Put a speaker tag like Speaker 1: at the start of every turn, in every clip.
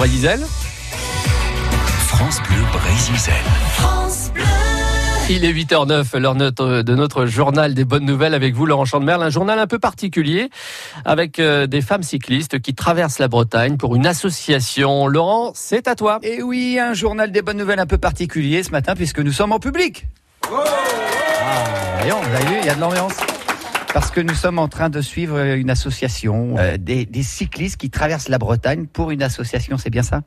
Speaker 1: Brésil.
Speaker 2: France Bleu Brésil.
Speaker 1: Il est 8h09, l'heure notre- de notre journal des bonnes nouvelles avec vous, Laurent Chandemerle. Un journal un peu particulier avec euh, des femmes cyclistes qui traversent la Bretagne pour une association. Laurent, c'est à toi.
Speaker 3: Et Eh oui, un journal des bonnes nouvelles un peu particulier ce matin puisque nous sommes en public. Ah, voyons, vous avez vu, il y a de l'ambiance. Parce que nous sommes en train de suivre une association, euh, des, des cyclistes qui traversent la Bretagne pour une association, c'est bien ça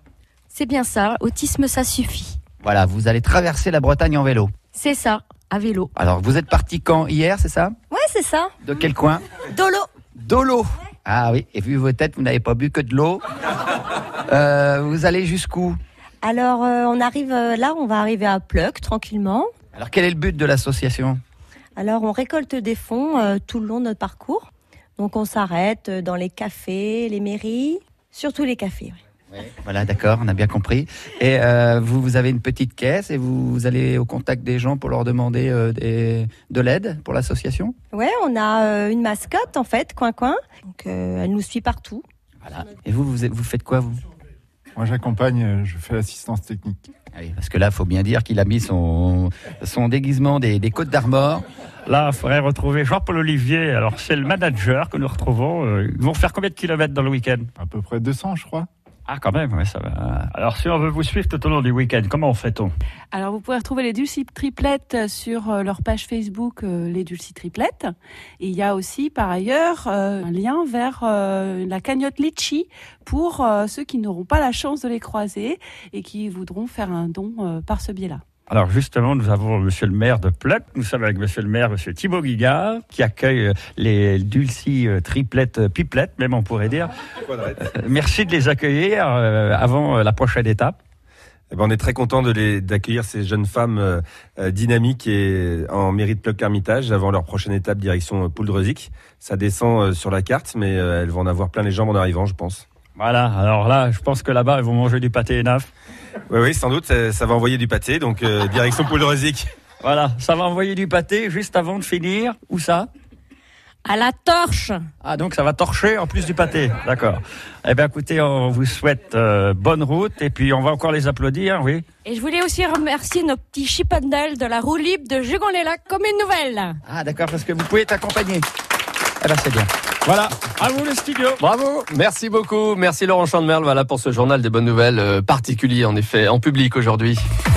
Speaker 4: C'est bien ça, autisme ça suffit.
Speaker 3: Voilà, vous allez traverser la Bretagne en vélo.
Speaker 4: C'est ça, à vélo.
Speaker 3: Alors, vous êtes parti quand Hier, c'est ça
Speaker 4: Ouais, c'est ça.
Speaker 3: De quel coin
Speaker 4: Dolo.
Speaker 3: D'Olo. Ah oui, et vu vos têtes, vous n'avez pas bu que de l'eau. Euh, vous allez jusqu'où
Speaker 4: Alors, euh, on arrive euh, là, on va arriver à Pleuc tranquillement.
Speaker 3: Alors, quel est le but de l'association
Speaker 4: Alors, on récolte des fonds euh, tout le long de notre parcours. Donc, on s'arrête euh, dans les cafés, les mairies, surtout les cafés. ouais.
Speaker 3: Voilà, d'accord, on a bien compris. Et euh, vous, vous avez une petite caisse et vous, vous allez au contact des gens pour leur demander euh, des- de l'aide pour l'association
Speaker 4: Ouais, on a euh, une mascotte en fait, Coin Coin. Donc, euh, elle nous suit partout.
Speaker 3: Voilà. Et vous, vous, êtes- vous faites quoi, vous
Speaker 5: Moi, j'accompagne, euh, je fais l'assistance technique.
Speaker 3: Ah oui, Parce que là, faut bien dire qu'il a mis son, son déguisement des, des Côtes d'Armor.
Speaker 6: Là, il faudrait retrouver Jean-Paul Olivier. Alors, c'est le manager que nous retrouvons. Euh, Ils vont faire combien de kilomètres dans le week-end
Speaker 5: À peu près 200, je crois.
Speaker 6: Ah, quand même, ouais, ça va. Alors, si on veut vous suivre tout au long du week-end, comment fait-on
Speaker 7: Alors vous pouvez retrouver les Dulcis Triplettes sur euh, leur page Facebook euh, Les Dulcis Triplettes. Et il y a aussi par ailleurs euh, un lien vers euh, la cagnotte Litchi pour euh, ceux qui n'auront pas la chance de les croiser et qui voudront faire un don euh, par ce biais-là.
Speaker 6: Alors, justement, nous avons Monsieur le maire de Pleuc. Nous sommes avec Monsieur le maire, Monsieur Thibaut Guigard, qui accueille euh, les Dulcie euh, triplettes, euh, pipelettes, même on pourrait dire. Euh, Merci de les accueillir euh, avant euh, la prochaine étape.
Speaker 8: Eh ben, on est très content de les- d'accueillir ces jeunes femmes euh, euh, dynamiques et euh, en mérite Ploc Hermitage avant leur prochaine étape direction euh, Pouldreuzic. Ça descend euh, sur la carte, mais euh, elles vont en avoir plein les jambes en arrivant, je pense.
Speaker 6: Voilà, alors là, je pense que là-bas, ils vont manger du pâté et naf.
Speaker 8: Oui, oui, sans doute, ça, ça va envoyer du pâté, donc euh, direction Pouldreuzic.
Speaker 6: Voilà, ça va envoyer du pâté juste avant de finir. Où ça
Speaker 4: À la torche.
Speaker 6: Ah, donc ça va torcher en plus du pâté. D'accord. Eh bien, écoutez, on vous souhaite euh, bonne route et puis on va encore les applaudir, oui.
Speaker 9: Et je voulais aussi remercier nos petits chipendales de la roue libre de Jugon-les-Lacs comme une nouvelle.
Speaker 3: Ah, d'accord, parce que vous pouvez t'accompagner. Eh ben, c'est bien.
Speaker 6: Voilà, à vous le studio.
Speaker 1: Bravo, merci beaucoup. Merci Laurent Chandemerle voilà, pour ce journal des bonnes nouvelles euh, particulier en effet, en public aujourd'hui.